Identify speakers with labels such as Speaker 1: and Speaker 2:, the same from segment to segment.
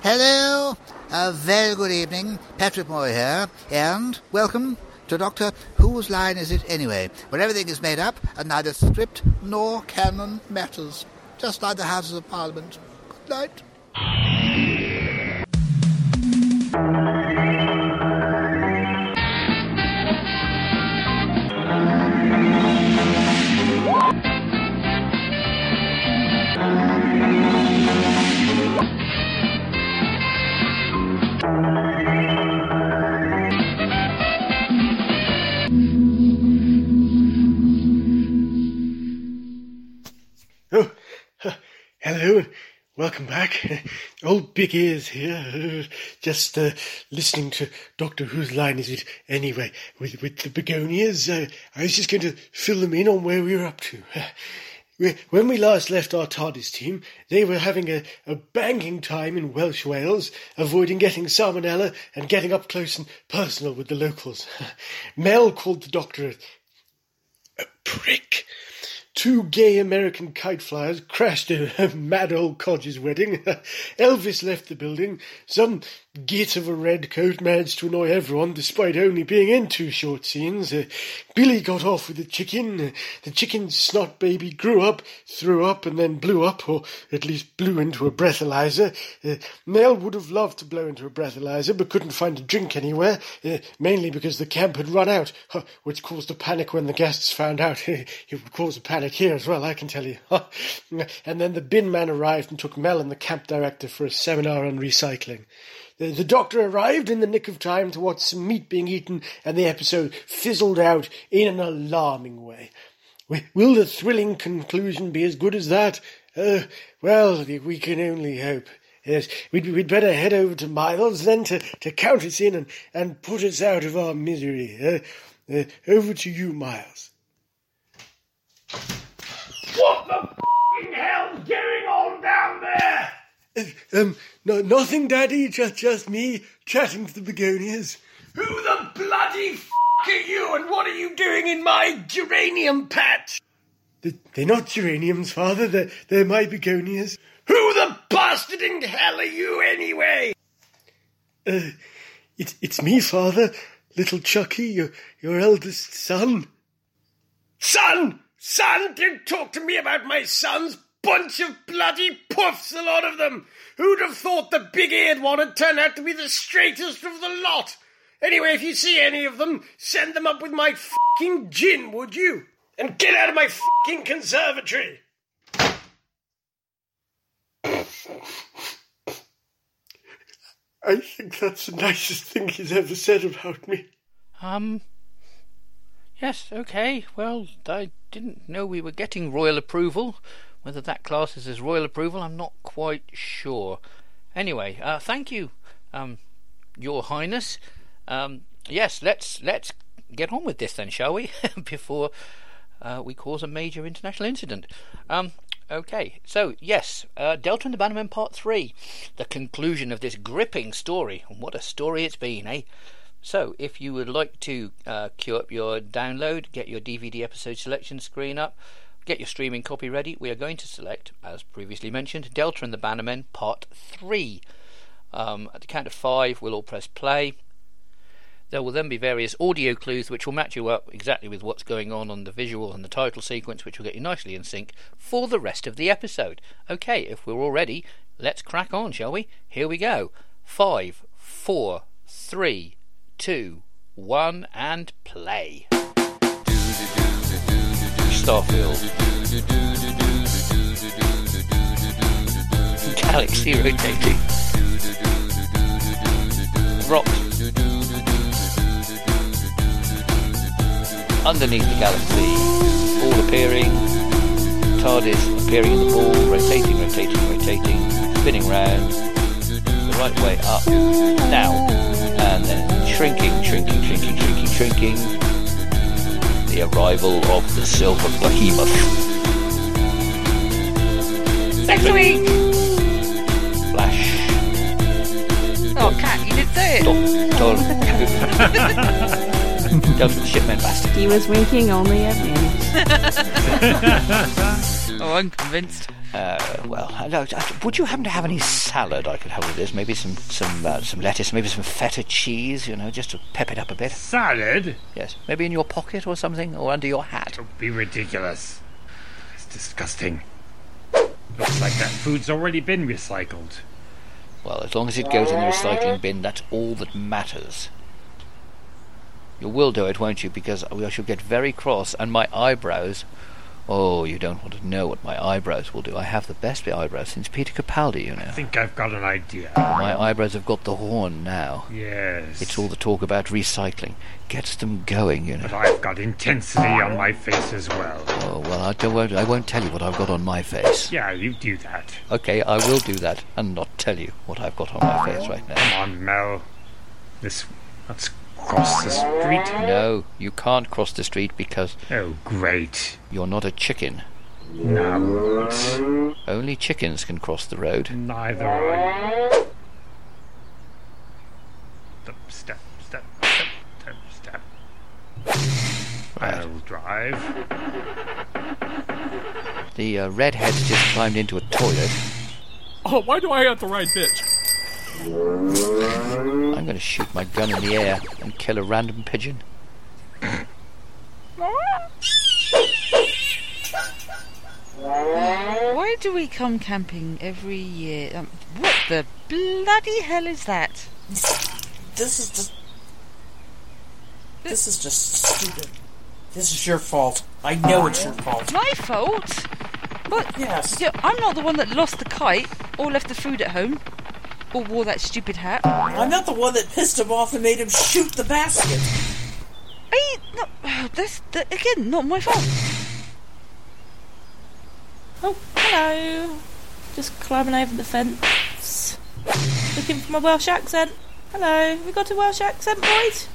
Speaker 1: Hello, a very good evening. Patrick Moore here, and welcome to Doctor Whose Line Is It Anyway, where everything is made up and neither script nor canon matters, just like the Houses of Parliament. Good night.
Speaker 2: Oh, huh, hello and welcome back. Old Big Ears here, just uh, listening to Doctor Whose Line Is It Anyway with, with the begonias. Uh, I was just going to fill them in on where we were up to. We- When we last left our TARDIS team, they were having a, a banging time in Welsh Wales, avoiding getting salmonella and getting up close and personal with the locals. Mel called the doctor a a prick. Two gay American kite flyers crashed a mad old codger's wedding. Elvis left the building. Some git of a red coat managed to annoy everyone despite only being in two short scenes. Uh, Billy got off with the chicken. Uh, The chicken's snot baby grew up, threw up, and then blew up, or at least blew into a breathalyzer. Uh, Mel would have loved to blow into a breathalyzer, but couldn't find a drink anywhere, uh, mainly because the camp had run out, huh, which caused a panic when the guests found out. it would cause a panic here as well, I can tell you. and then the bin man arrived and took Mel and the camp director for a seminar on recycling. The, the doctor arrived in the nick of time to watch some meat being eaten, and the episode fizzled out in an alarming way. Wi- Will the thrilling conclusion be as good as that? Uh, well, we can only hope. Yes, we'd, we'd better head over to Miles then to, to count us in and, and put us out of our misery. Uh, uh, over to you, Miles.
Speaker 3: What the f***ing hell's going on down there?
Speaker 2: Uh, um, no, nothing, Daddy, just, just me chatting to the begonias.
Speaker 3: Who the bloody f*** are you and what are you doing in my geranium patch?
Speaker 2: They- They're not geraniums, Father, they're, they're my begonias.
Speaker 3: Who the bastard in hell are you anyway?
Speaker 2: Uh, it, it's me, Father, little Chucky, your, your eldest son.
Speaker 3: Son! Son! Don't talk to me about my sons! Bunch of bloody puffs, a lot of them! Who'd have thought the big-eared one had turned out to be the straightest of the lot? Anyway, if you see any of them, send them up with my fucking gin, would you? And get out of my fucking conservatory!
Speaker 2: I think that's the nicest thing he's ever said about me.
Speaker 4: Um. Yes, okay. Well, I didn't know we were getting royal approval. Whether that class is as royal approval, I'm not quite sure. Anyway, uh, thank you, um, Your Highness. Um, yes, let's let's get on with this then, shall we? Before uh, we cause a major international incident. Um, okay, so yes, uh, Delta and the Bannerman Part 3, the conclusion of this gripping story. And what a story it's been, eh? So, if you would like to uh, queue up your download, get your DVD episode selection screen up, get your streaming copy ready, we are going to select, as previously mentioned, Delta and the Bannermen Part 3. Um, at the count of five, we'll all press play. There will then be various audio clues which will match you up exactly with what's going on on the visual and the title sequence, which will get you nicely in sync for the rest of the episode. Okay, if we're all ready, let's crack on, shall we? Here we go. Five, four, three, two, one, and play. Starfield. Galaxy rotating. Rocks underneath the galaxy, all appearing, TARDIS appearing in the ball, rotating, rotating, rotating, spinning round, the right way up, now, and then shrinking, shrinking, shrinking, shrinking, shrinking, the arrival of the silver behemoth.
Speaker 5: Next week!
Speaker 4: Flash,
Speaker 5: Oh, Cat, you did say it!
Speaker 4: dot, dot, Delta the shipman bastard.
Speaker 6: He was winking only at me.
Speaker 5: Oh, I'm convinced.
Speaker 4: Uh, well, I don't- I- would you happen to have any salad I could have with this? Maybe some some uh, some lettuce, maybe some feta cheese. You know, just to pep it up a bit.
Speaker 7: Salad?
Speaker 4: Yes, maybe in your pocket or something, or under your hat.
Speaker 7: Don't be ridiculous. It's disgusting. Looks like that food's already been recycled.
Speaker 4: Well, as long as it goes in the recycling bin, that's all that matters. You will do it, won't you? Because I shall get very cross, and my eyebrows. Oh, you don't want to know what my eyebrows will do. I have the best eyebrows since Peter Capaldi, you know.
Speaker 7: I think I've got an idea.
Speaker 4: My eyebrows have got the horn now.
Speaker 7: Yes.
Speaker 4: It's all the talk about recycling. Gets them going, you
Speaker 7: But
Speaker 4: know.
Speaker 7: I've got intensity on my face as well.
Speaker 4: Oh, well, I, don't, won't- I won't tell you what I've got on my face.
Speaker 7: Yeah, you do that.
Speaker 4: Okay, I will do that and not tell you what I've got on my face right now.
Speaker 7: Come on, Mel. This. Let's cross the street.
Speaker 4: No, you can't cross the street because
Speaker 7: Oh, great.
Speaker 4: you're not a chicken.
Speaker 7: No, it's
Speaker 4: Only chickens can cross the road.
Speaker 7: neither are you. Step, step, step, step, step. I'll drive.
Speaker 4: The uh, redhead's just climbed into a toilet.
Speaker 8: Oh, why do I have to ride bitch?
Speaker 4: I'm going to shoot my gun in the air and kill a random pigeon.
Speaker 5: Why do we come camping every year? Um, what the bloody hell is that?
Speaker 9: This is just. This is just stupid. This is your fault. I know it's your fault.
Speaker 5: My fault? What?
Speaker 9: Yes.
Speaker 5: Yeah, I'm not the one that lost the kite or left the food at home or wore that stupid hat.
Speaker 9: I'm not the one that pissed him off and made him shoot the basket.
Speaker 5: I no, that's that, again not my fault.
Speaker 10: Oh, hello. Just climbing over the fence. Looking for my Welsh accent. Hello. We got a Welsh accent, boys?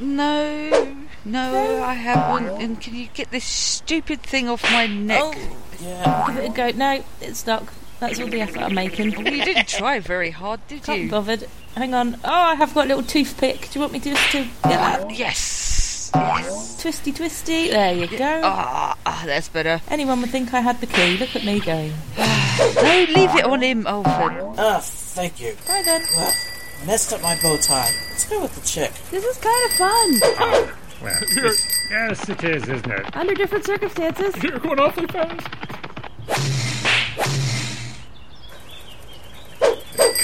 Speaker 5: No, no, I haven't. And can you get this stupid thing off my neck?
Speaker 10: Oh,
Speaker 9: Yeah.
Speaker 10: give it a go. No, it's stuck. That's all the effort I'm making.
Speaker 5: You didn't try very hard, did
Speaker 10: Can't be
Speaker 5: you?
Speaker 10: bothered. Hang on. Oh, I have got a little toothpick. Do you want me to just to get that?
Speaker 5: Oh, Yes, yes.
Speaker 10: Twisty, twisty. There you go.
Speaker 5: Ah, ah, that's better.
Speaker 10: Anyone would think I had the key. Look at me going.
Speaker 5: No, leave it on him, Oh, Alfred.
Speaker 9: Ah, thank you.
Speaker 10: Right then.
Speaker 9: Ugh, messed up my bow tie. Let's go with the chick.
Speaker 10: This is kind of fun.
Speaker 7: Well, it's- yes, it is, isn't it?
Speaker 10: Under different circumstances.
Speaker 8: You're going awfully fast.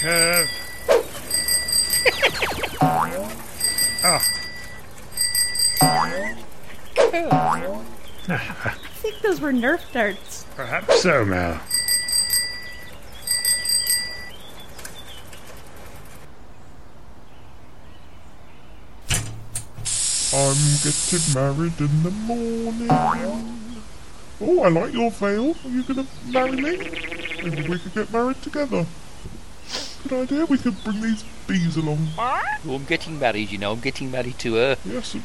Speaker 7: Curve. Oh.
Speaker 10: I think those were Nerf darts.
Speaker 7: Perhaps so, Mel.
Speaker 8: I'm getting married in the morning. Oh, I like your veil. Are you going to marry me? Maybe we could get married together. Good idea. We could bring these bees along.
Speaker 4: Oh, I'm getting married, you know. I'm getting married to her. Um,
Speaker 8: Yes.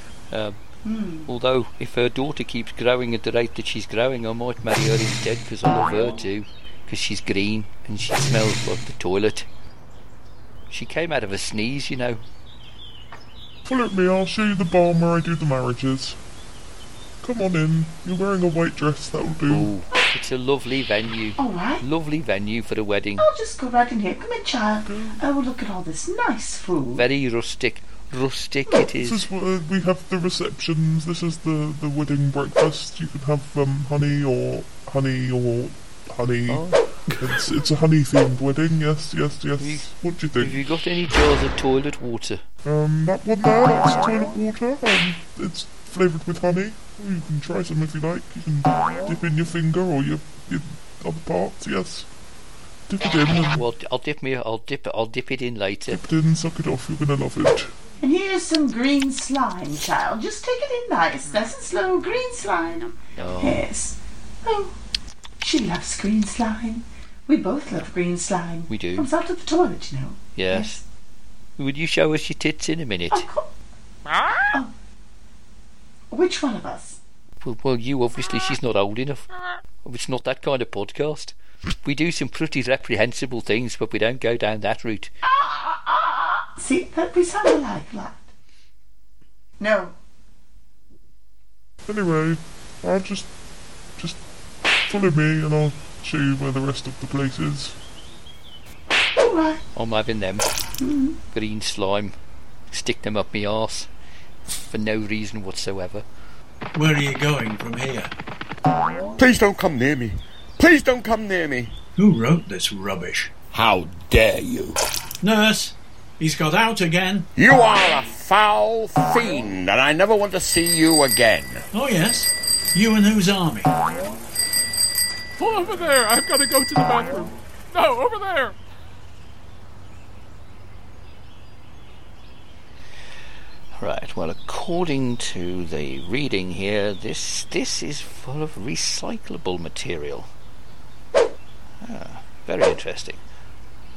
Speaker 8: Hmm.
Speaker 4: Although, if her daughter keeps growing at the rate that she's growing, I might marry her instead because I love her too. Because she's green and she smells like the toilet. She came out of a sneeze, you know.
Speaker 8: Follow me. I'll show you the barn where I do the marriages. Come on in. You're wearing a white dress. That'll do.
Speaker 4: Ooh, it's a lovely venue.
Speaker 1: All right.
Speaker 4: Lovely venue for a wedding.
Speaker 8: Oh,
Speaker 1: I'll just go right in here. Come here, child.
Speaker 4: Mm-hmm.
Speaker 1: Oh, look at all this nice food.
Speaker 4: Very rustic. Rustic it
Speaker 8: This
Speaker 4: is.
Speaker 8: is where we have the receptions. This is the, the wedding breakfast. You can have um, honey or honey or honey.
Speaker 4: Oh.
Speaker 8: It's, it's a honey themed wedding. Yes, yes,
Speaker 4: You-
Speaker 8: yes. What do you
Speaker 4: Have
Speaker 8: think?
Speaker 4: you got any jars of toilet water?
Speaker 8: Um, that one there. That's toilet water. Um, it's flavored with honey. Or You can try some if you like. You can dip in your finger or your your other parts. Yes. Dip it in. And
Speaker 4: Well, I'll dip me. I'll dip. I'll dip it in later.
Speaker 8: dip it in. Suck it off. You're gonna love it.
Speaker 1: And here's some green slime, child. Just take it in nice, nice and slow. Green slime.
Speaker 4: Mm-hmm. Oh,
Speaker 1: Yes. Oh, she loves green slime. We both love green slime.
Speaker 4: we do.
Speaker 1: Comes out of the toilet, you know.
Speaker 4: Yes. Would you show us your tits in a minute?
Speaker 1: Of course. Oh. Which one of us?
Speaker 4: Well, well, you obviously she's not old enough. Oh, It's not that kind of podcast. We do some pretty reprehensible things, but we don't go down that route.
Speaker 1: See, that we sound alike, lad. No.
Speaker 8: Anyway, I'll just just uh, follow me and I'll to where the rest of the place is.
Speaker 4: I'm having them. Green slime. Stick them up me arse. For no reason whatsoever.
Speaker 11: Where are you going from here?
Speaker 12: Please don't come near me. Please don't come near me.
Speaker 11: Who wrote this rubbish?
Speaker 12: How dare you?
Speaker 11: Nurse, he's got out again.
Speaker 12: You are a foul fiend, and I never want to see you again.
Speaker 11: Oh, yes. You and whose army?
Speaker 13: Pull over there. I've got to go to the bathroom. No, over there.
Speaker 4: Right. Well, according to the reading here, this this is full of recyclable material. Ah, very interesting.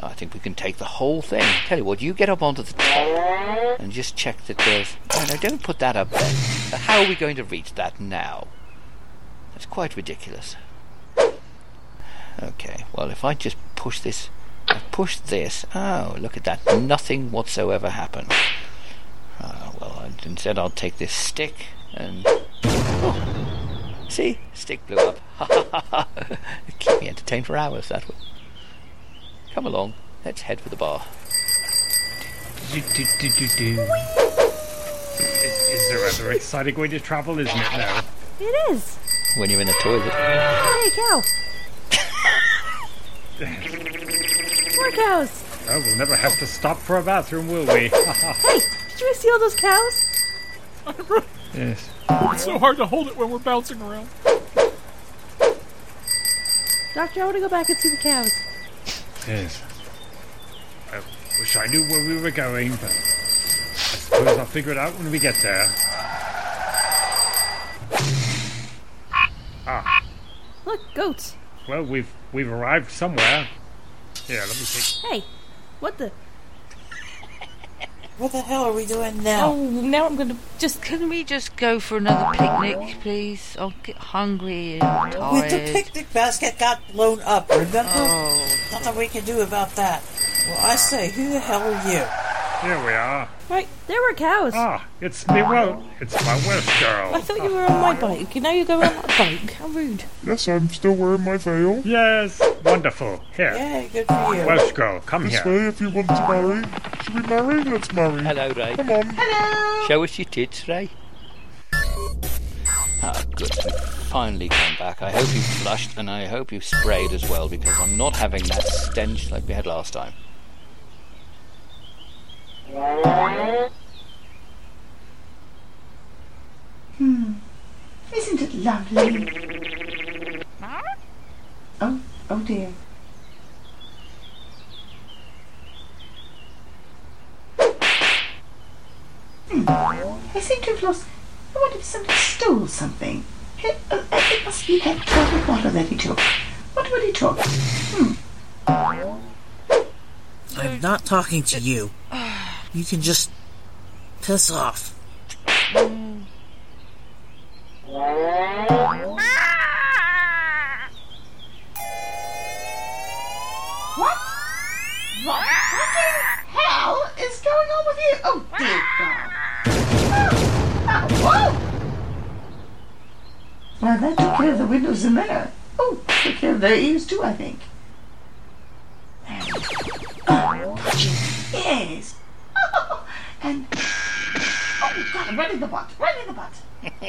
Speaker 4: I think we can take the whole thing. Tell you what, you get up onto the top and just check that there's. No, no, don't put that up there. Now, How are we going to reach that now? That's quite ridiculous. Okay. Well, if I just push this, I push this. Oh, look at that! Nothing whatsoever happened. Uh, well, I- instead I'll take this stick and. Oh, see, stick blew up. Ha ha ha ha! Keep me entertained for hours. That will. Come along. Let's head for the bar.
Speaker 7: Is, is there a very exciting way to travel, isn't it now?
Speaker 6: It is.
Speaker 4: When you're in the toilet.
Speaker 7: Oh,
Speaker 6: There you go. More cows.
Speaker 7: Oh, we'll never have to stop for a bathroom, will we?
Speaker 6: Hey, did you see all those cows?
Speaker 7: yes.
Speaker 13: It's so hard to hold it when we're bouncing around.
Speaker 6: Doctor, I want to go back and see the cows.
Speaker 7: Yes. I wish I knew where we were going, but I suppose I'll figure it out when we get there. Ah,
Speaker 6: Look, goats.
Speaker 7: well, we've we've arrived somewhere. Yeah, let me see.
Speaker 6: Hey, what the?
Speaker 9: What the hell are we doing
Speaker 5: now?
Speaker 9: now?
Speaker 10: Oh,
Speaker 5: now I'm going to just. Can we just go for another picnic, please? I'll get hungry and
Speaker 9: With
Speaker 5: tired.
Speaker 9: the picnic basket got blown up, remember?
Speaker 5: Oh.
Speaker 9: Nothing we can do about that. Well, I say, who the hell are you?
Speaker 7: Here we are.
Speaker 6: Right, there were cows.
Speaker 7: Ah, it's me. Well, it's my West girl.
Speaker 10: I thought you were on my bike. You know you go on my bike. How rude.
Speaker 8: Yes, I'm still wearing my veil.
Speaker 7: Yes, wonderful. Here.
Speaker 9: Yeah, good
Speaker 8: for
Speaker 7: you. Welsh girl, come
Speaker 8: this
Speaker 7: here.
Speaker 8: way if you want to marry. Should we marry? Let's marry.
Speaker 4: Hello, Ray.
Speaker 8: Come on.
Speaker 4: Show us your tits, Ray. Ah, good. We've finally come back. I hope you flushed and I hope you sprayed as well because I'm not having that stench like we had last time.
Speaker 1: Hmm. Isn't it lovely? Oh, oh dear. Hmm. I seem to have lost. I wonder if somebody stole something. It, uh, it must be that bottle of water that he took. What would he took?
Speaker 9: I'm not talking to you. You can just piss off.
Speaker 1: What? What? What the hell is going on with you? Oh dear God! Oh, oh, whoa! Well, that took care of the windows in there. Oh, took care of their ears too, I think. Oh, touching ears. Oh, and oh God, right in the butt, right in the butt.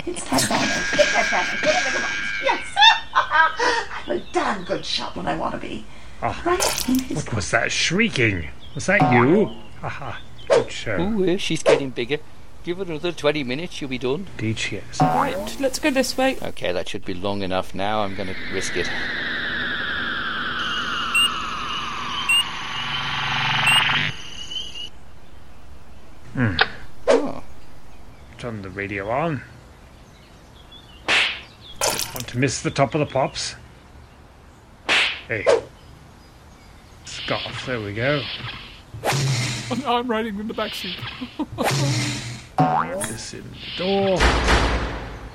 Speaker 1: It's that banner. It's that banner. Get it in the butt. Yes. I'm a damn good shot when I want to be.
Speaker 7: What was Ah. that shrieking? Was that you? uh, Haha. Good show.
Speaker 4: Ooh, eh, she's getting bigger. Give her another 20 minutes, she'll be done.
Speaker 7: Indeed she is.
Speaker 10: Right, let's go this way.
Speaker 4: Okay, that should be long enough now. I'm going to risk it.
Speaker 7: Hmm.
Speaker 4: Oh.
Speaker 7: Turn the radio on. Don't Want to miss the top of the pops? Hey. Scarf, there we go.
Speaker 13: Oh, now I'm riding in the backseat.
Speaker 7: This in the door.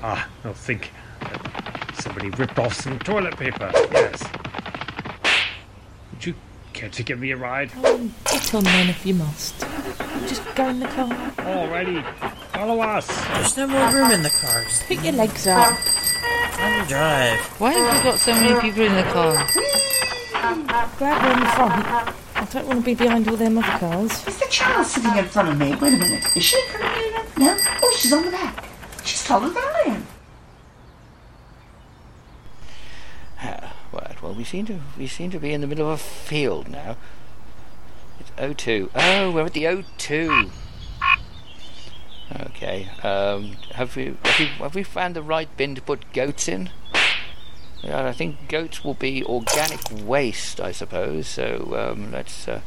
Speaker 7: Ah, I'll think that somebody ripped off some toilet paper. Yes. Would you care to give me a ride?
Speaker 10: Get on then if you must. Just go in the car.
Speaker 7: Alrighty. Follow us.
Speaker 9: There's no more room in the cars.
Speaker 10: Put your legs out.
Speaker 9: Fun drive.
Speaker 5: Why have we got so many people in the car?
Speaker 10: Glad where I'm from. I don't want to be behind all them other cars.
Speaker 1: Is the child sitting in front of me? Wait a minute. Is she in front of me? No. Oh, she's on the back. She's taller than I am.
Speaker 4: Ah, Right, well, we seem to we seem to be in the middle of a field now. It's O2. Oh, we're at the O2. Okay. Um, have we have we, have we found the right bin to put goats in? Yeah, I think goats will be organic waste, I suppose. So um, let's uh,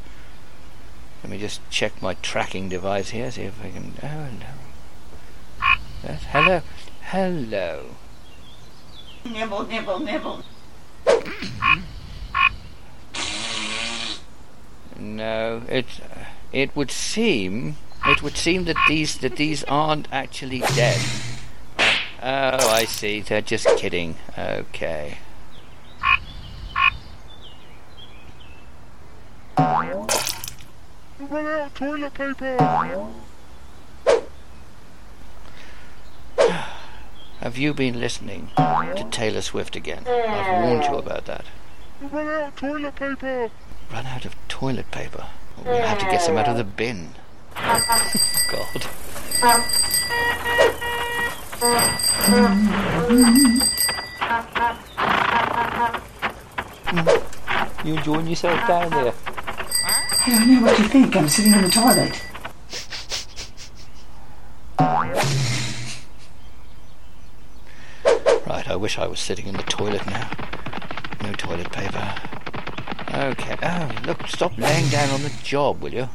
Speaker 4: let me just check my tracking device here, see if I can. Oh no. Yes, hello, hello.
Speaker 1: Nibble, nibble, nibble.
Speaker 4: No, it it would seem it would seem that these that these aren't actually dead. Oh, I see. They're just kidding. Okay.
Speaker 8: Run out of toilet paper!
Speaker 4: Have you been listening to Taylor Swift again? I've warned you about that.
Speaker 8: Run out of toilet paper!
Speaker 4: Run out of toilet paper. We'll have to get some out of the bin. God. You enjoying yourself down there?
Speaker 1: I don't know what you think. I'm sitting on the toilet.
Speaker 4: Right, I wish I was sitting in the toilet now. No toilet paper. Okay. Oh, look, stop laying down on the job, will you?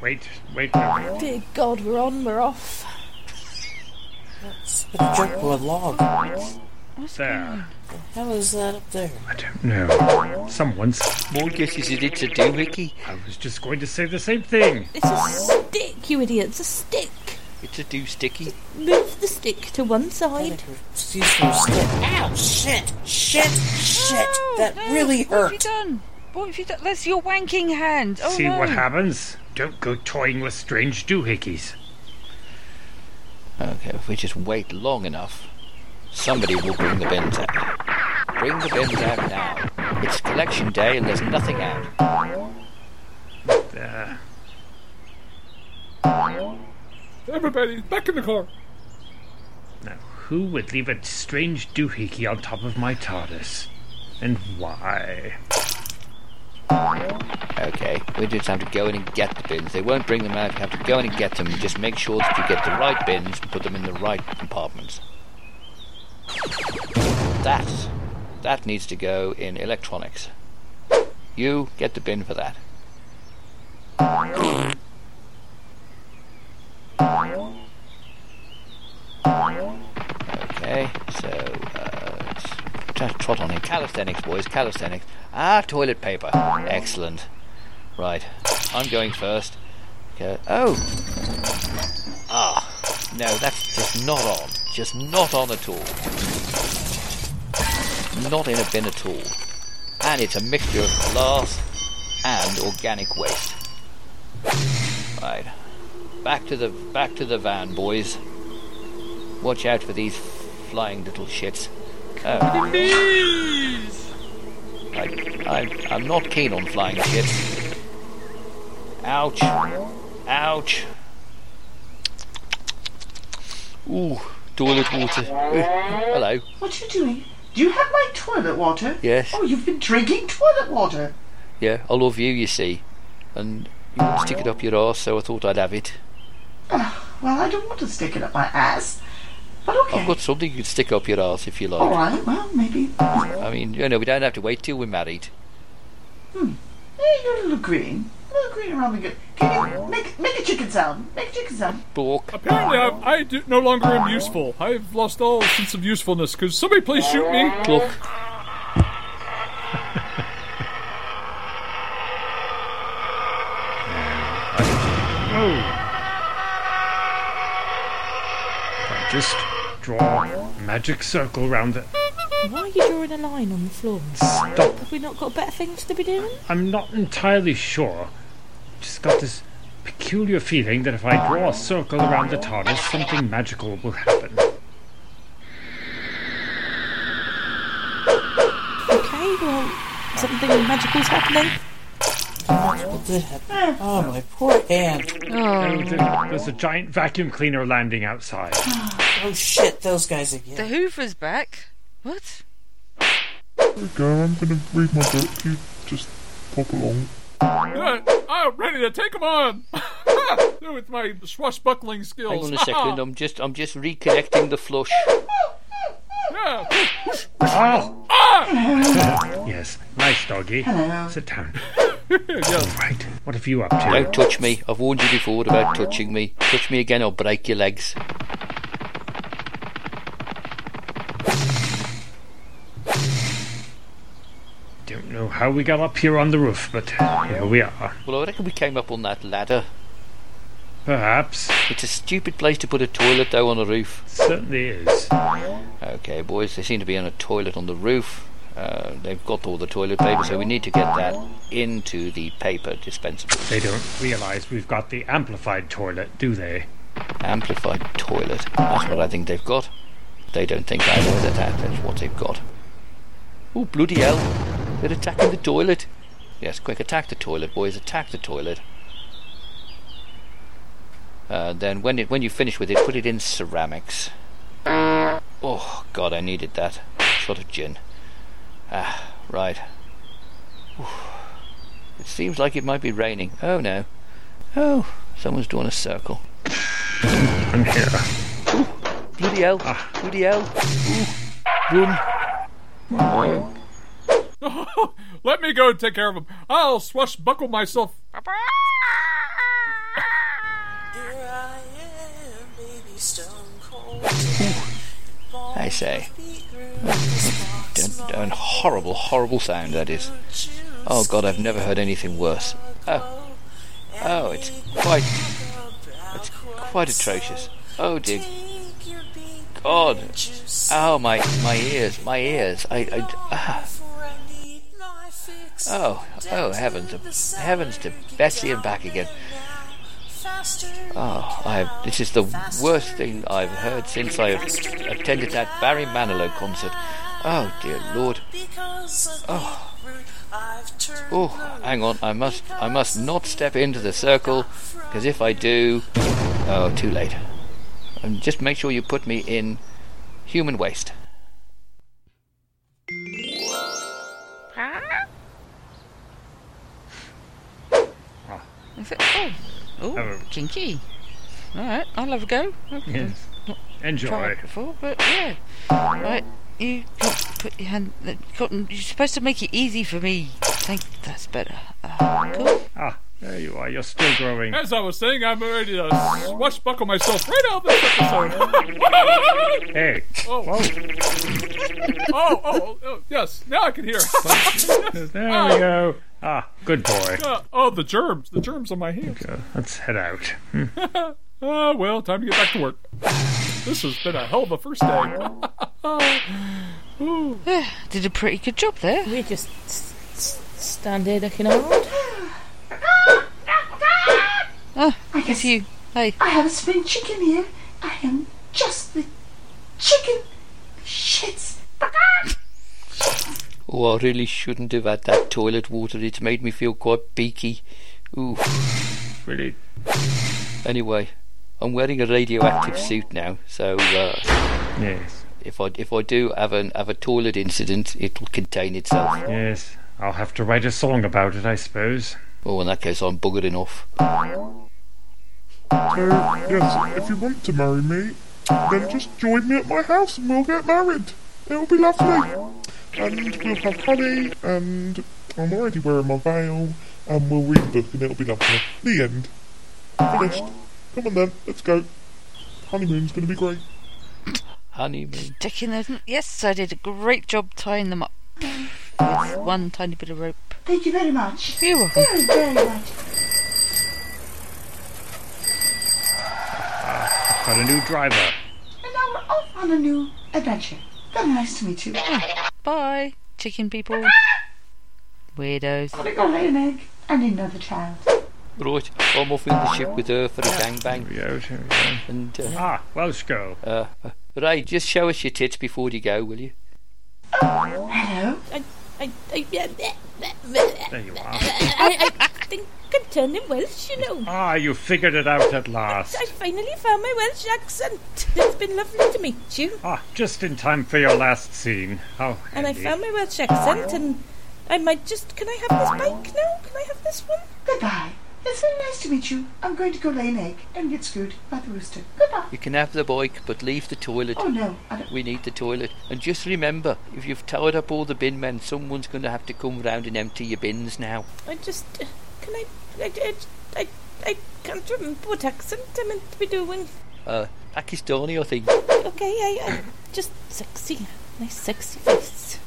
Speaker 7: Wait, wait. no.
Speaker 10: Dear God, we're on, we're off.
Speaker 9: That's a jump or a log.
Speaker 7: There.
Speaker 9: How is that up there?
Speaker 7: I don't know. Someone's.
Speaker 4: More guesses it it's a doohickey.
Speaker 7: I was just going to say the same thing.
Speaker 10: It's a stick, you idiot. It's a stick.
Speaker 4: It's a do sticky.
Speaker 10: Move the stick to one side.
Speaker 9: Excuse me. Stick. Ow! Shit! Shit! Shit! that
Speaker 5: Oh, no,
Speaker 9: really
Speaker 5: What have you
Speaker 9: hurt.
Speaker 5: done? What have you done? That's your wanking hand. Oh
Speaker 7: See
Speaker 5: no.
Speaker 7: what happens? Don't go toying with strange doohickeys.
Speaker 4: Okay, if we just wait long enough, somebody will bring the bins out. Bring the bins out now. It's collection day and there's nothing out. Uh,
Speaker 7: There.
Speaker 13: Everybody, back in the car.
Speaker 7: Now, who would leave a strange doohickey on top of my TARDIS? And why?
Speaker 4: Okay, we just have to go in and get the bins. They won't bring them out. You have to go in and get them. Just make sure that you get the right bins and put them in the right compartments. That, that needs to go in electronics. You get the bin for that. Okay, so uh, let's try to trot on here. Calisthenics, boys, calisthenics. Ah, toilet paper. Excellent. Right, I'm going first. Okay. Oh, ah, no, that's just not on. Just not on at all. Not in a bin at all. And it's a mixture of glass and organic waste. Right, back to the back to the van, boys. Watch out for these flying little shits. Oh, I, I, I'm not keen on flying shits. Ouch. Ouch. Ooh, toilet water. Uh, hello.
Speaker 1: What are you doing? Do you have my toilet water?
Speaker 4: Yes.
Speaker 1: Oh, you've been drinking toilet water.
Speaker 4: Yeah, I love you, you see. And you want to stick it up your arse, so I thought I'd have it.
Speaker 1: Well, I don't want to stick it up my ass. But okay.
Speaker 4: I've got something you can stick up your arse if you like.
Speaker 5: Oh.
Speaker 1: All right. Well, maybe.
Speaker 4: I mean, you know, we don't have to wait till we're married.
Speaker 1: Hey, you're a little green. A little green around the good. Can you make make a chicken sound? Make a chicken sound.
Speaker 4: Bork.
Speaker 13: Apparently, I'm, I do, no longer am useful. I've lost all sense of usefulness. Could somebody please shoot me?
Speaker 4: Look.
Speaker 7: Oh! I just draw a magic circle around the.
Speaker 10: Why are you drawing a line on the floor?
Speaker 7: Stop!
Speaker 10: Have we not got better things to be doing?
Speaker 7: I'm not entirely sure. Just got this peculiar feeling that if I draw a circle around the TARDIS, something magical will happen.
Speaker 10: Something magical's happening.
Speaker 9: What did happen? Oh, my poor hand.
Speaker 7: Oh, there- there's a giant vacuum cleaner landing outside.
Speaker 9: Oh, shit, those guys again.
Speaker 5: The Hoover's back. What?
Speaker 8: Okay, I'm gonna read my book. You just pop along.
Speaker 13: Yeah, I'm ready to take 'em on. Do with my swashbuckling skills.
Speaker 4: Hang on a second. I'm just I'm just reconnecting the flush.
Speaker 7: Oh!
Speaker 13: Ah!
Speaker 7: Yes, nice doggy.
Speaker 13: Hello.
Speaker 7: Sit down.
Speaker 13: Yes.
Speaker 7: Right, what have you up to?
Speaker 4: Don't touch me. I've warned you before about touching me. Touch me again, I'll break your legs.
Speaker 7: Don't know how we got up here on the roof, but here we are.
Speaker 4: Well, I reckon we came up on that ladder.
Speaker 7: Perhaps.
Speaker 4: It's a stupid place to put a toilet, though, on a roof.
Speaker 7: Certainly is.
Speaker 4: Okay, boys, they seem to be on a toilet on the roof. Uh, they've got all the toilet paper, so we need to get that into the paper dispensable.
Speaker 7: They don't realise we've got the amplified toilet, do they?
Speaker 4: Amplified toilet. That's what I think they've got. They don't think I know that that- that's what they've got. Oh, bloody hell. They're attacking the toilet. Yes, quick, attack the toilet, boys. Attack the toilet. Uh, then when it when you finish with it, put it in ceramics. Oh God, I needed that shot of gin. Ah, right. Oof. It seems like it might be raining. Oh no. Oh, someone's drawn a circle.
Speaker 7: I'm here.
Speaker 4: Bloody hell! Bloody hell!
Speaker 9: Oh.
Speaker 4: Ooh. Run!
Speaker 13: Let me go and take care of 'em. I'll swashbuckle myself.
Speaker 4: I say. Dun, dun, horrible, horrible sound that is. Oh God, I've never heard anything worse. Oh, oh, it's quite, it's quite atrocious. Oh dear God! Oh my, my ears, my ears. I, I, ah. Oh, oh heavens, to, heavens to Betsy and back again. Oh, I have, this is the worst thing I've heard since I attended that Barry Manilow concert. Oh dear Lord! Oh, oh, hang on. I must, I must not step into the circle, because if I do, oh, too late. And just make sure you put me in human waste.
Speaker 5: Is it? Oh, oh,
Speaker 7: Oh.
Speaker 5: kinky. All right, I'll have a go. I've
Speaker 7: Yes.
Speaker 5: not
Speaker 7: Enjoy.
Speaker 5: tried it before, but yeah. Right, you got to put your hand. uh, Got, you're supposed to make it easy for me. I think that's better. Uh, cool.
Speaker 7: Ah, there you are. You're still growing.
Speaker 13: As I was saying, I'm ready to swashbuckle myself right out of this episode.
Speaker 7: Hey.
Speaker 13: Oh. oh, oh, oh, yes, now I can hear.
Speaker 7: There we go. Ah, good boy.
Speaker 13: Uh, oh, the germs, the germs on my hands.
Speaker 7: Let's head out. Hmm.
Speaker 13: Ah, well, time to get back to work. This has been a hell of a first day.
Speaker 5: Did a pretty good job there.
Speaker 10: Oh. We just s- s- stand here looking old.
Speaker 5: Oh, I guess you. Hey.
Speaker 1: I have a spring chicken here. I am just the chicken shits.
Speaker 4: Oh, I really shouldn't have had that toilet water. It's made me feel quite beaky. Ooh.
Speaker 7: Really?
Speaker 4: Anyway, I'm wearing a radioactive suit now, so uh,
Speaker 7: Yes.
Speaker 4: if I if I do have an have a toilet incident, it'll contain itself.
Speaker 7: Yes. I'll have to write a song about it, I suppose.
Speaker 4: Oh, in that case, I'm buggering off.
Speaker 8: So, yes, if you want to marry me, then just join me at my house and we'll get married. It'll be lovely. And we'll have honey, and I'm already wearing my veil, and we'll read a book and it'll be lovely. The end. Finished. Come on then, let's go. Honeymoon's gonna be great.
Speaker 4: Honeymoon.
Speaker 5: Sticking those. Yes, I did a great job tying them up with one tiny bit of rope.
Speaker 1: Thank you very much.
Speaker 5: You're welcome.
Speaker 1: Very, very much.
Speaker 7: I've got a new driver.
Speaker 1: And now we're off on a new adventure. Very nice to meet you.
Speaker 5: Ah,
Speaker 1: Ah!
Speaker 5: Bye, chicken people. Weirdos.
Speaker 1: I'm gonna go lay an egg and another child.
Speaker 4: Right, I'm off in the ship with her for a gangbang. And uh,
Speaker 7: ah, Welsh girl.
Speaker 4: Uh, uh, Ray, just show us your tits before you go, will you?
Speaker 1: Hello.
Speaker 10: I, I, I, yeah, bleh.
Speaker 7: There you are.
Speaker 10: I, I think I'm turning Welsh, you know.
Speaker 7: Ah, you figured it out at last.
Speaker 10: I finally found my Welsh accent. It's been lovely to meet you.
Speaker 7: Ah, just in time for your last scene. How
Speaker 10: And I
Speaker 7: handy.
Speaker 10: found my Welsh accent, and I might just. Can I have this bike now? Can I have this one?
Speaker 1: Goodbye. It's very nice to meet you. I'm going to go lay an egg and get screwed by the rooster. Goodbye.
Speaker 4: You can have the bike, but leave the toilet.
Speaker 1: Oh, no,
Speaker 4: We need the toilet. And just remember, if you've tied up all the bin men, someone's going to have to come round and empty your bins now.
Speaker 10: I just. uh, Can I. I, I, I, I can't remember what accent I meant to be doing.
Speaker 4: Uh, Pakistani, I think.
Speaker 10: Okay, I. I just sexy. Nice sexy face.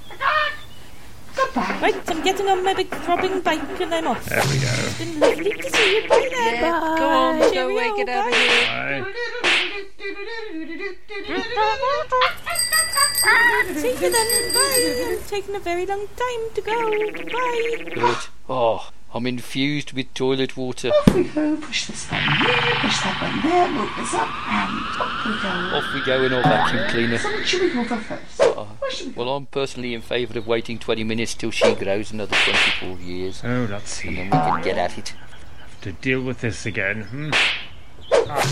Speaker 10: Goodbye. Right, I'm getting on my big throbbing bike and I'm off.
Speaker 7: There we go.
Speaker 10: It's been lovely to see you. Bye there.
Speaker 5: Yeah, go on, go
Speaker 10: Cheerio,
Speaker 5: away, get out of
Speaker 10: bye.
Speaker 5: here.
Speaker 7: Bye.
Speaker 10: See you then. Bye. I'm taking a very long time to go. Bye.
Speaker 4: Good. Oh, I'm infused with toilet water.
Speaker 1: We go, push this button here, push that button there, move this up, and up we go.
Speaker 4: Off we go in our vacuum cleaner.
Speaker 1: So what should we go for first?
Speaker 4: Uh, well, I'm personally in favour of waiting 20 minutes till she grows another 24 years.
Speaker 7: Oh, let's see.
Speaker 4: And then we can get at it.
Speaker 7: To deal with this again. Hmm. Ah.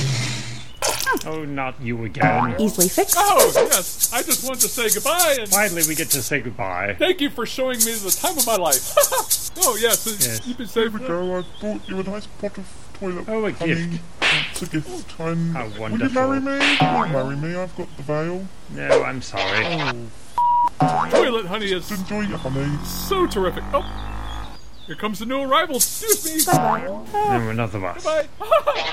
Speaker 7: Oh, not you again.
Speaker 13: Easily
Speaker 6: fixed.
Speaker 13: Oh, yes. I just wanted to say goodbye and
Speaker 7: Finally, we get to say goodbye.
Speaker 13: thank you for showing me the time of my life. oh, yes.
Speaker 7: Yes.
Speaker 13: You've been saving
Speaker 8: Here we go. I've bought you a nice pot of toilet
Speaker 7: Oh, a
Speaker 8: honey.
Speaker 7: gift.
Speaker 8: It's a gift. And
Speaker 7: How
Speaker 8: will you
Speaker 7: wonderful.
Speaker 8: marry me? Will you marry me? I've got the veil.
Speaker 7: No, I'm sorry.
Speaker 13: Toilet honey is
Speaker 8: Enjoy your honey.
Speaker 13: so terrific. Oh, here comes the new arrival. Excuse me.
Speaker 7: No, another one.
Speaker 13: Goodbye.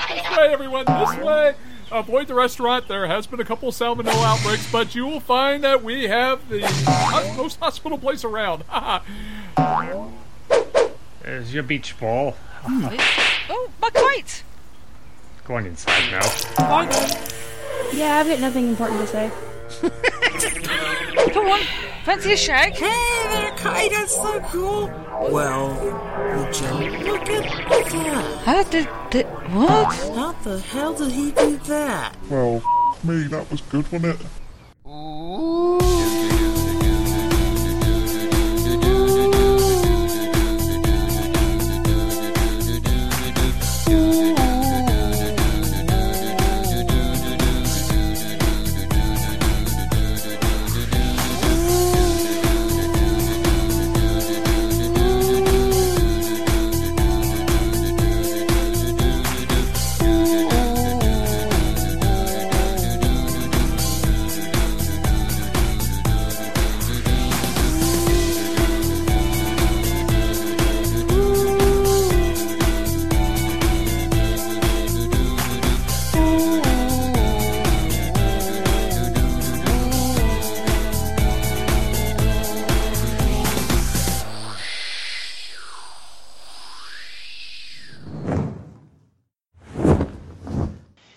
Speaker 13: this way, everyone. This way. Avoid the restaurant. There has been a couple salmonella outbreaks, but you will find that we have the hos- most hospitable place around.
Speaker 7: There's your beach ball.
Speaker 10: Hmm.
Speaker 5: Oh, my kite!
Speaker 7: Go on inside now.
Speaker 6: Yeah, I've got nothing important to say.
Speaker 5: Come on, fancy a shag? Hey,
Speaker 6: they're a kite, that's so cool!
Speaker 9: Well, would you look at that?
Speaker 5: How did. did what?
Speaker 9: How the hell did he do that?
Speaker 8: Oh. Well, f- me, that was good, wasn't it?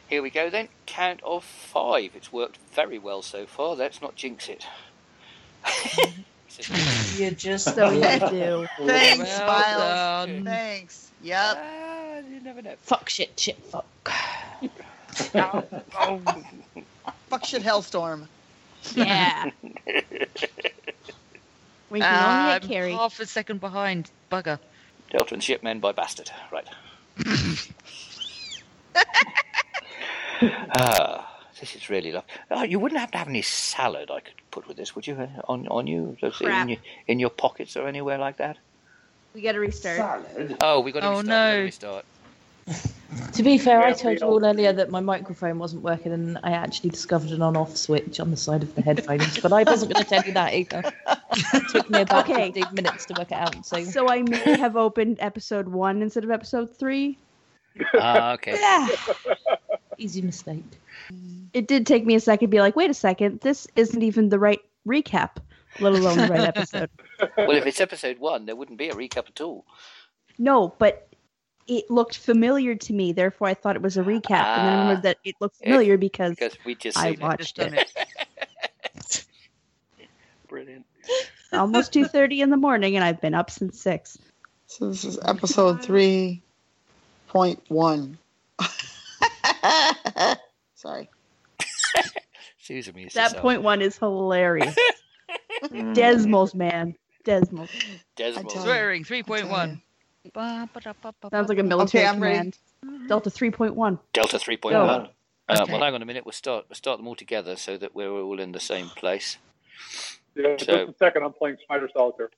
Speaker 4: Here we go then. Count of five. It's worked very well so far. Let's not jinx it.
Speaker 14: You just don't do.
Speaker 15: Thanks,
Speaker 4: Well
Speaker 15: Miles.
Speaker 4: done.
Speaker 15: Thanks. Yep.
Speaker 4: you never know.
Speaker 14: Fuck shit, shit, fuck.
Speaker 15: Fuck shit, Hellstorm.
Speaker 5: Yeah.
Speaker 14: We
Speaker 4: can only
Speaker 5: I'm carry. Uh, half a second behind. Bugger.
Speaker 4: Delta and Shipmen by Bastard. Right. ah, this is really lovely. Oh, you wouldn't have to have any salad I could put with this, would you? eh, On on you? Just
Speaker 14: Crap.
Speaker 4: In, your, in your pockets or anywhere like that?
Speaker 14: We gotta restart.
Speaker 4: Oh, we got to
Speaker 14: Oh,
Speaker 4: restart.
Speaker 14: no.
Speaker 4: we gotta restart.
Speaker 14: To be fair, I
Speaker 4: Yeah,
Speaker 14: told
Speaker 4: we
Speaker 14: you all earlier that my microphone wasn't working, and I actually discovered an on-off switch on the side of the headphones. but I wasn't going to tell you that either. It took me about
Speaker 6: Okay.
Speaker 14: 15 minutes to work it out. So,
Speaker 6: So I may have opened episode one instead of episode three.
Speaker 4: Ah, okay.
Speaker 6: Yeah.
Speaker 14: easy mistake.
Speaker 6: It did take me a second to be like, wait a second, this isn't even the right recap, let alone the right episode.
Speaker 4: well, if it's episode one, there wouldn't be a recap at all.
Speaker 6: No, but it looked familiar to me, therefore I thought it was a recap, and then I remembered that it looked familiar because
Speaker 4: Ah. Because we just
Speaker 6: I
Speaker 4: seen
Speaker 6: watched
Speaker 4: it.
Speaker 6: it.
Speaker 4: Brilliant.
Speaker 6: Almost two thirty in the morning, and I've been up since six.
Speaker 15: So this is episode three point one. Sorry.
Speaker 4: Susan me.
Speaker 6: That point one is hilarious. Desmos man. Desmond.
Speaker 4: Desmond.
Speaker 5: Swearing 3.1.
Speaker 6: Sounds like a military
Speaker 5: Okay, I'm ready.
Speaker 6: command. Delta 3.1.
Speaker 4: Delta 3.1.
Speaker 6: Go.
Speaker 4: Uh,
Speaker 6: Okay.
Speaker 4: Well, hang on a minute. We'll start, we'll start them all together so that we're all in the same place.
Speaker 16: Yeah, just
Speaker 4: So-
Speaker 16: a second. I'm playing Spider Solitaire.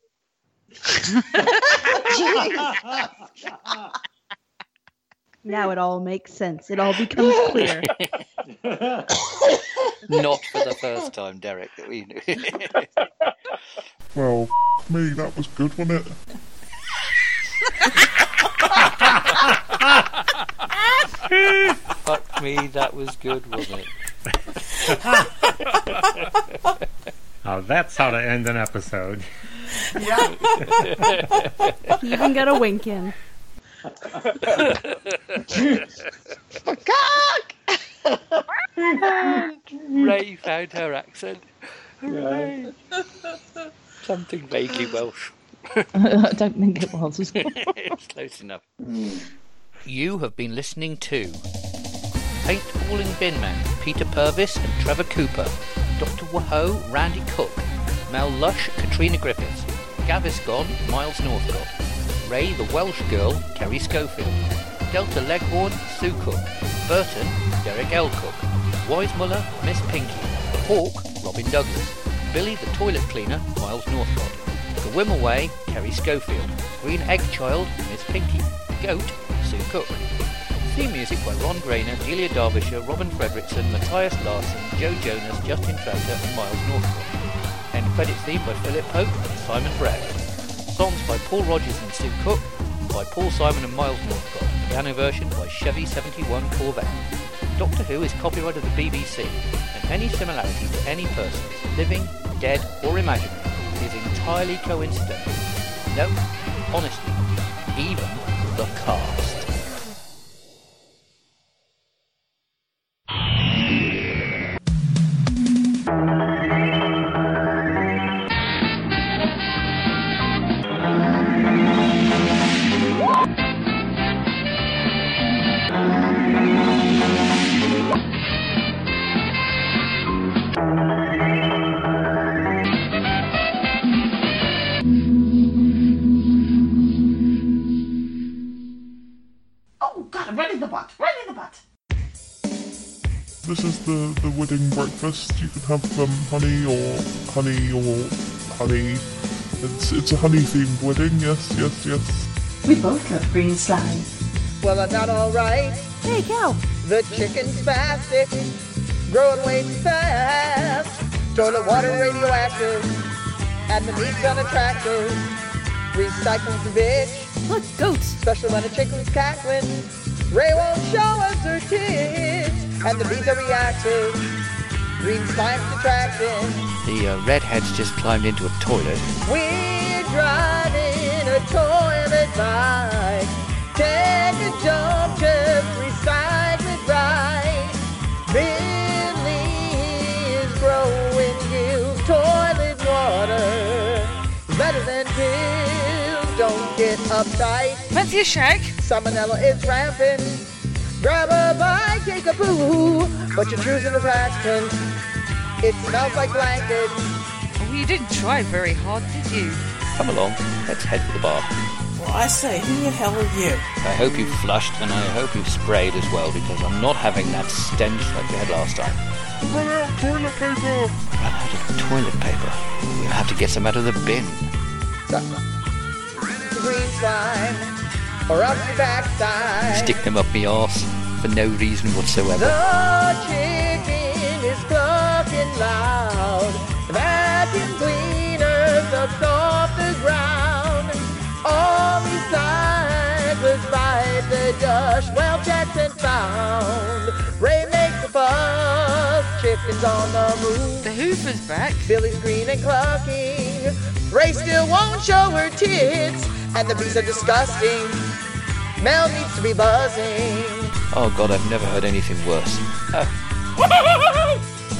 Speaker 6: Now it all makes sense. It all becomes clear.
Speaker 4: Not for the first time, Derek. that we knew.
Speaker 8: Well, f- me, that was good, wasn't it?
Speaker 4: Fuck me, that was good, wasn't it?
Speaker 7: Oh, that's how to end an episode.
Speaker 6: Yeah. you even got a wink in.
Speaker 9: uh,
Speaker 4: Ray found her accent. Hooray. Something vaguely Welsh.
Speaker 14: I don't think it was.
Speaker 4: it's close enough. You have been listening to Paintballing Binman, Peter Purvis and Trevor Cooper, Dr. Waho, Randy Cook, Mel Lush, Katrina Griffiths, Gaviscon, Miles Northcott, Ray the Welsh Girl, Kerry Schofield, Delta Leghorn, Sue Cook, Burton, Derek L. Cook, Wisemuller, Miss Pinky, The Hawk, Robin Douglas, Billy the Toilet Cleaner, Miles Northcott, the Whimaway, Kerry Schofield. Green Egg Child, Miss Pinky. Goat, Sue Cook. Theme music by Ron Grainer, Delia Derbyshire, Robin Fredrickson, Matthias Larson, Joe Jonas, Justin Trouter, and Miles Northcott. End credit theme by Philip Pope and Simon Brett. Songs by Paul Rogers and Sue Cook, and by Paul Simon and Miles Northcott. Piano version by Chevy 71 Corvette. Doctor Who is copyright of the BBC, and any similarity to any person, living, dead, or imaginary, is entirely coincidental. No, honestly, even the cast.
Speaker 1: Oh God, I'm right in the butt. Right in the butt.
Speaker 8: This is the, the wedding breakfast. You can have um, honey or honey or honey. It's, it's a honey themed wedding, yes, yes, yes.
Speaker 1: We both love green slime.
Speaker 17: Well, I'm not all right. Hey, cow. The chicken's plastic, growing way too fast. Toilet water radioactive, and the meat's unattractive. Recycling's a bitch. Look, goats. Especially when a chicken's cackling. Ray won't show us her tits, and the bees are reactive. Green slime's attractive.
Speaker 4: The uh, redhead's just climbed into a toilet.
Speaker 17: We're driving a toilet bike. Take a jump, just recycle right. Billy is growing you toilet water. Better than pills, don't get uptight. That's your shake. Salmonella is rampant. Grab a bite, take a boo, but you're choosing the plastic. It smells like blankets.
Speaker 5: Well, you didn't try very hard, did you?
Speaker 4: Come along, let's head for the bar.
Speaker 9: Well, I say, who the hell are you?
Speaker 4: I hope you've flushed and I hope you've sprayed as well because I'm not having that stench like we had last time.
Speaker 8: Run out toilet paper!
Speaker 4: Toilet paper. We'll have to get some out of the bin.
Speaker 17: green slime or up your backside.
Speaker 4: Stick them up my arse for no reason whatsoever.
Speaker 17: The chicken is clucking loud. The vacuum cleaners up off the ground. All recyclers bite the dust. Well, Jackson found. Ray makes a fuss. Chicken's on the move. The hoof is back. Billy's green and clucking. Ray still won't show her tits. And the bees are disgusting. Mel needs to be buzzing.
Speaker 4: Oh god, I've never heard anything worse.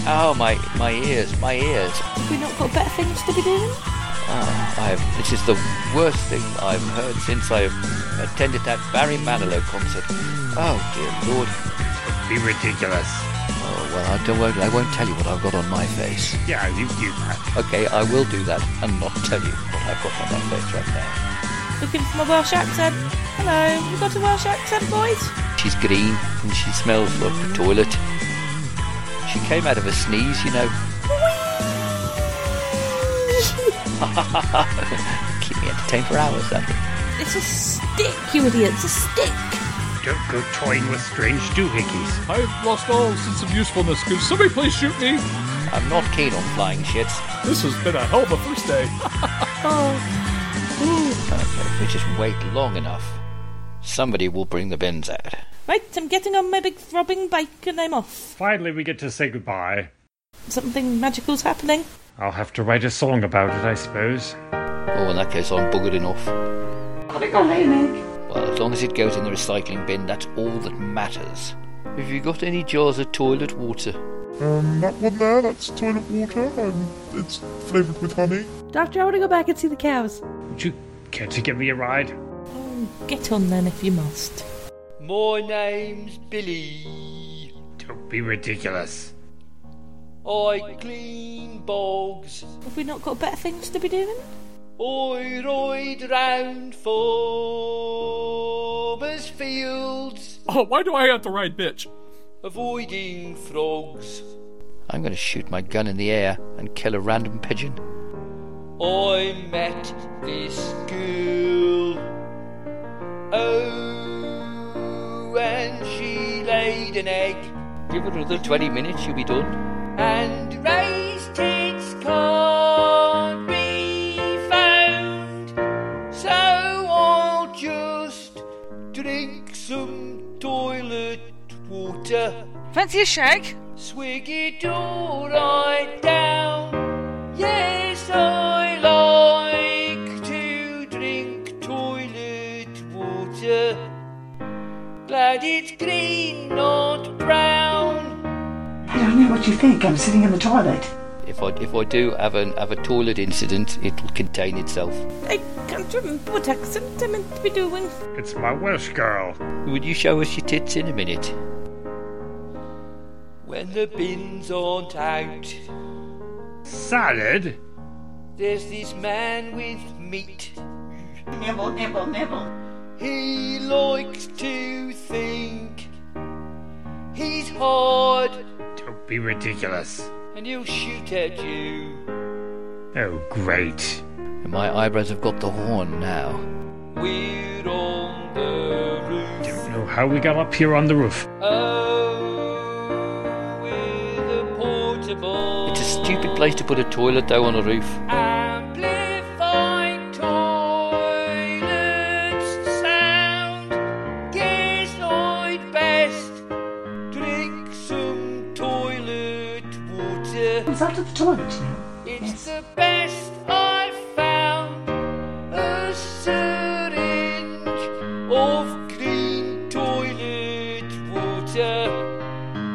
Speaker 4: Oh my, my ears, my ears.
Speaker 10: Have we not got better things to be doing?
Speaker 4: Oh, I have, this is the worst thing I've heard since I've attended that Barry Manilow concert. Oh dear lord.
Speaker 7: Be ridiculous.
Speaker 4: Oh, well, I, don't, won't- I won't tell you what I've got on my face.
Speaker 7: Yeah, you do that.
Speaker 4: Okay, I will do that and not tell you what I've got on my face right now.
Speaker 10: Looking for my Welsh accent. Hello, you got a Welsh accent, boys?
Speaker 4: She's green and she smells like the toilet. She came out of a sneeze, you know. Keep me entertained for hours, that would.
Speaker 10: It's a stick, you idiot. It's a stick.
Speaker 7: Don't go toying with strange doohickeys.
Speaker 13: I've lost all sense of usefulness. Could somebody please shoot me?
Speaker 4: I'm not keen on flying shits.
Speaker 13: This has been a hell of a first day.
Speaker 4: Okay, we just wait long enough. Somebody will bring the bins out.
Speaker 10: Right, I'm getting on my big throbbing bike and I'm off.
Speaker 7: Finally, we get to say goodbye.
Speaker 10: Something magical's happening.
Speaker 7: I'll have to write a song about it, I suppose.
Speaker 4: Oh, in that case, I'm buggered enough. Well, as long as it goes in the recycling bin, that's all that matters. Have you got any jars of toilet water?
Speaker 8: Um, that one there, that's toilet water. Um, it's flavoured with honey.
Speaker 18: Doctor, I want to go back and see the cows.
Speaker 7: Would you care to give me a ride?
Speaker 10: Get on then if you must.
Speaker 4: My name's Billy.
Speaker 7: Don't be ridiculous.
Speaker 4: I clean bogs.
Speaker 10: Have we not got better things to be doing?
Speaker 4: I ride round farmers' fields,
Speaker 13: oh, why do I have to ride bitch?
Speaker 4: avoiding frogs. I'm going to shoot my gun in the air and kill a random pigeon. I met this girl. Oh, and she laid an egg. Give it another 20 minutes, you'll be done.
Speaker 9: And raised tits can't be found. So I'll just
Speaker 4: Drink some toilet water.
Speaker 19: Fancy a shake?
Speaker 4: Swig it
Speaker 9: all right down. Yes, I like to drink toilet water. Glad it's green, not brown.
Speaker 1: I don't know what you think. I'm sitting in the toilet.
Speaker 4: If I if I do have an have a toilet incident, it'll contain itself.
Speaker 10: I can't remember what accent I meant to be doing.
Speaker 7: It's my Welsh girl.
Speaker 4: Would you show us your tits in a minute? When the bins aren't out,
Speaker 7: Salad?
Speaker 4: there's this man with meat.
Speaker 1: Nibble, nibble, nibble.
Speaker 4: He likes to think he's hard,
Speaker 7: Don't be ridiculous.
Speaker 4: and he'll shoot at you.
Speaker 7: Oh, great.
Speaker 4: My eyebrows have got the horn now. We're on the roof.
Speaker 7: Don't know how we got up here on the roof.
Speaker 4: Oh, with a portable. It's a stupid place to put a toilet though on a roof.
Speaker 9: Amplified toilet sound. Guess I'd best drink some toilet water.
Speaker 1: It's up to the toilet now.
Speaker 9: It's the best I've found. A syringe of clean toilet water.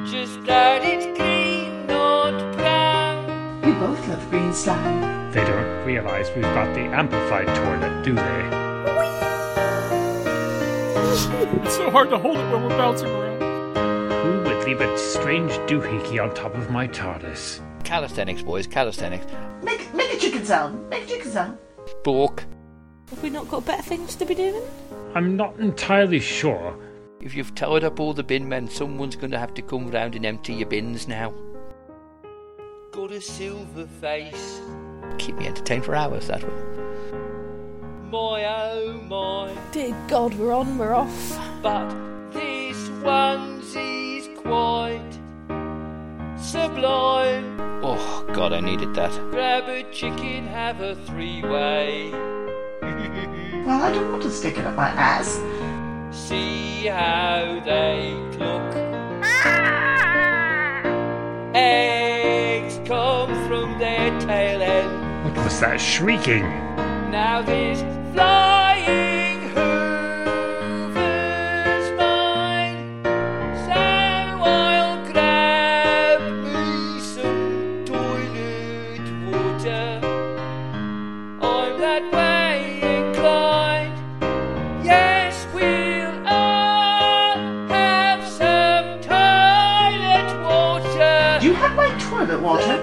Speaker 9: Just that it's clean, not brown.
Speaker 1: We both love green slime.
Speaker 7: They don't realize we've got the amplified toilet, do they?
Speaker 13: It's so hard to hold it when we're bouncing around.
Speaker 7: Who would leave a strange doohickey on top of my TARDIS?
Speaker 4: Calisthenics, boys, calisthenics.
Speaker 1: Make, make a chicken salad. Make a chicken salad.
Speaker 4: Bork.
Speaker 10: Have we not got better things to be doing?
Speaker 7: I'm not entirely sure.
Speaker 4: If you've tied up all the bin men, someone's going to have to come round and empty your bins now. Got a silver face. Keep me entertained for hours, that will. My oh my.
Speaker 10: Dear God, we're on, we're off.
Speaker 9: But this one's quite sublime.
Speaker 4: Oh, God, I needed that.
Speaker 9: Grab a chicken, have a three way.
Speaker 1: Well, I don't want to stick it up my ass.
Speaker 9: See how they look. Eggs come from their tail end.
Speaker 7: What was that shrieking?
Speaker 9: Now this flying hoover's mine. So I'll grab me some toilet water. I'm that way inclined. Yes, we'll all have some toilet water.
Speaker 8: with it, Walter.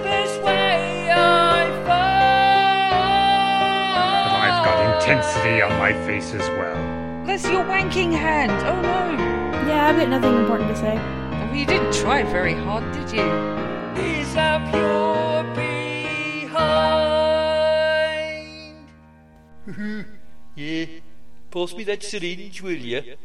Speaker 7: But I've got intensity on my face as well.
Speaker 5: That's your wanking hand. Oh no.
Speaker 20: Yeah, I've got nothing important to say.
Speaker 5: Well, Oh, you didn't try very hard, did you?
Speaker 9: These are pure behind.
Speaker 4: yeah. Pass me that syringe, will you?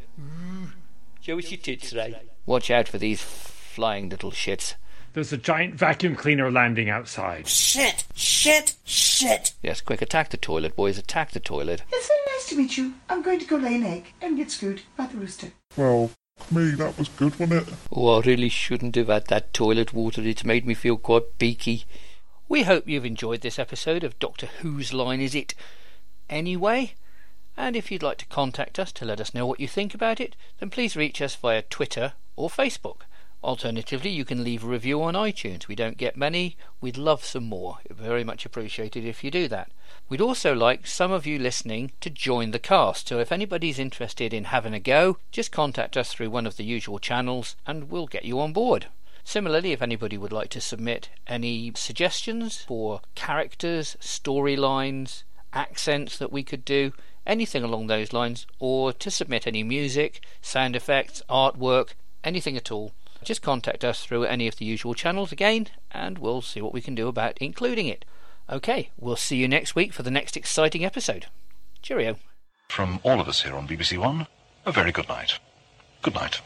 Speaker 4: Show us your tits, Ray.
Speaker 21: Watch out for these flying little shits.
Speaker 7: There's a giant vacuum cleaner landing outside.
Speaker 1: Shit, shit, shit.
Speaker 21: Yes, quick, attack the toilet, boys, attack the toilet.
Speaker 1: It's so nice to meet you. I'm going to go lay an egg and get screwed by the rooster.
Speaker 8: Well, f- me, that was good, wasn't it?
Speaker 21: Oh, I really shouldn't have had that toilet water. It's made me feel quite beaky.
Speaker 4: We hope you've enjoyed this episode of Doctor Who's Line Is It Anyway? And if you'd like to contact us to let us know what you think about it, then please reach us via Twitter or Facebook. Alternatively, you can leave a review on iTunes. We don't get many. We'd love some more. Very much appreciated if you do that. We'd also like some of you listening to join the cast. So if anybody's interested in having a go, just contact us through one of the usual channels and we'll get you on board. Similarly, if anybody would like to submit any suggestions for characters, storylines, accents that we could do, anything along those lines, or to submit any music, sound effects, artwork, anything at all, just contact us through any of the usual channels again, and we'll see what we can do about including it. Okay, we'll see you next week for the next exciting episode. Cheerio.
Speaker 22: From all of us here on BBC One, a very good night. Good night.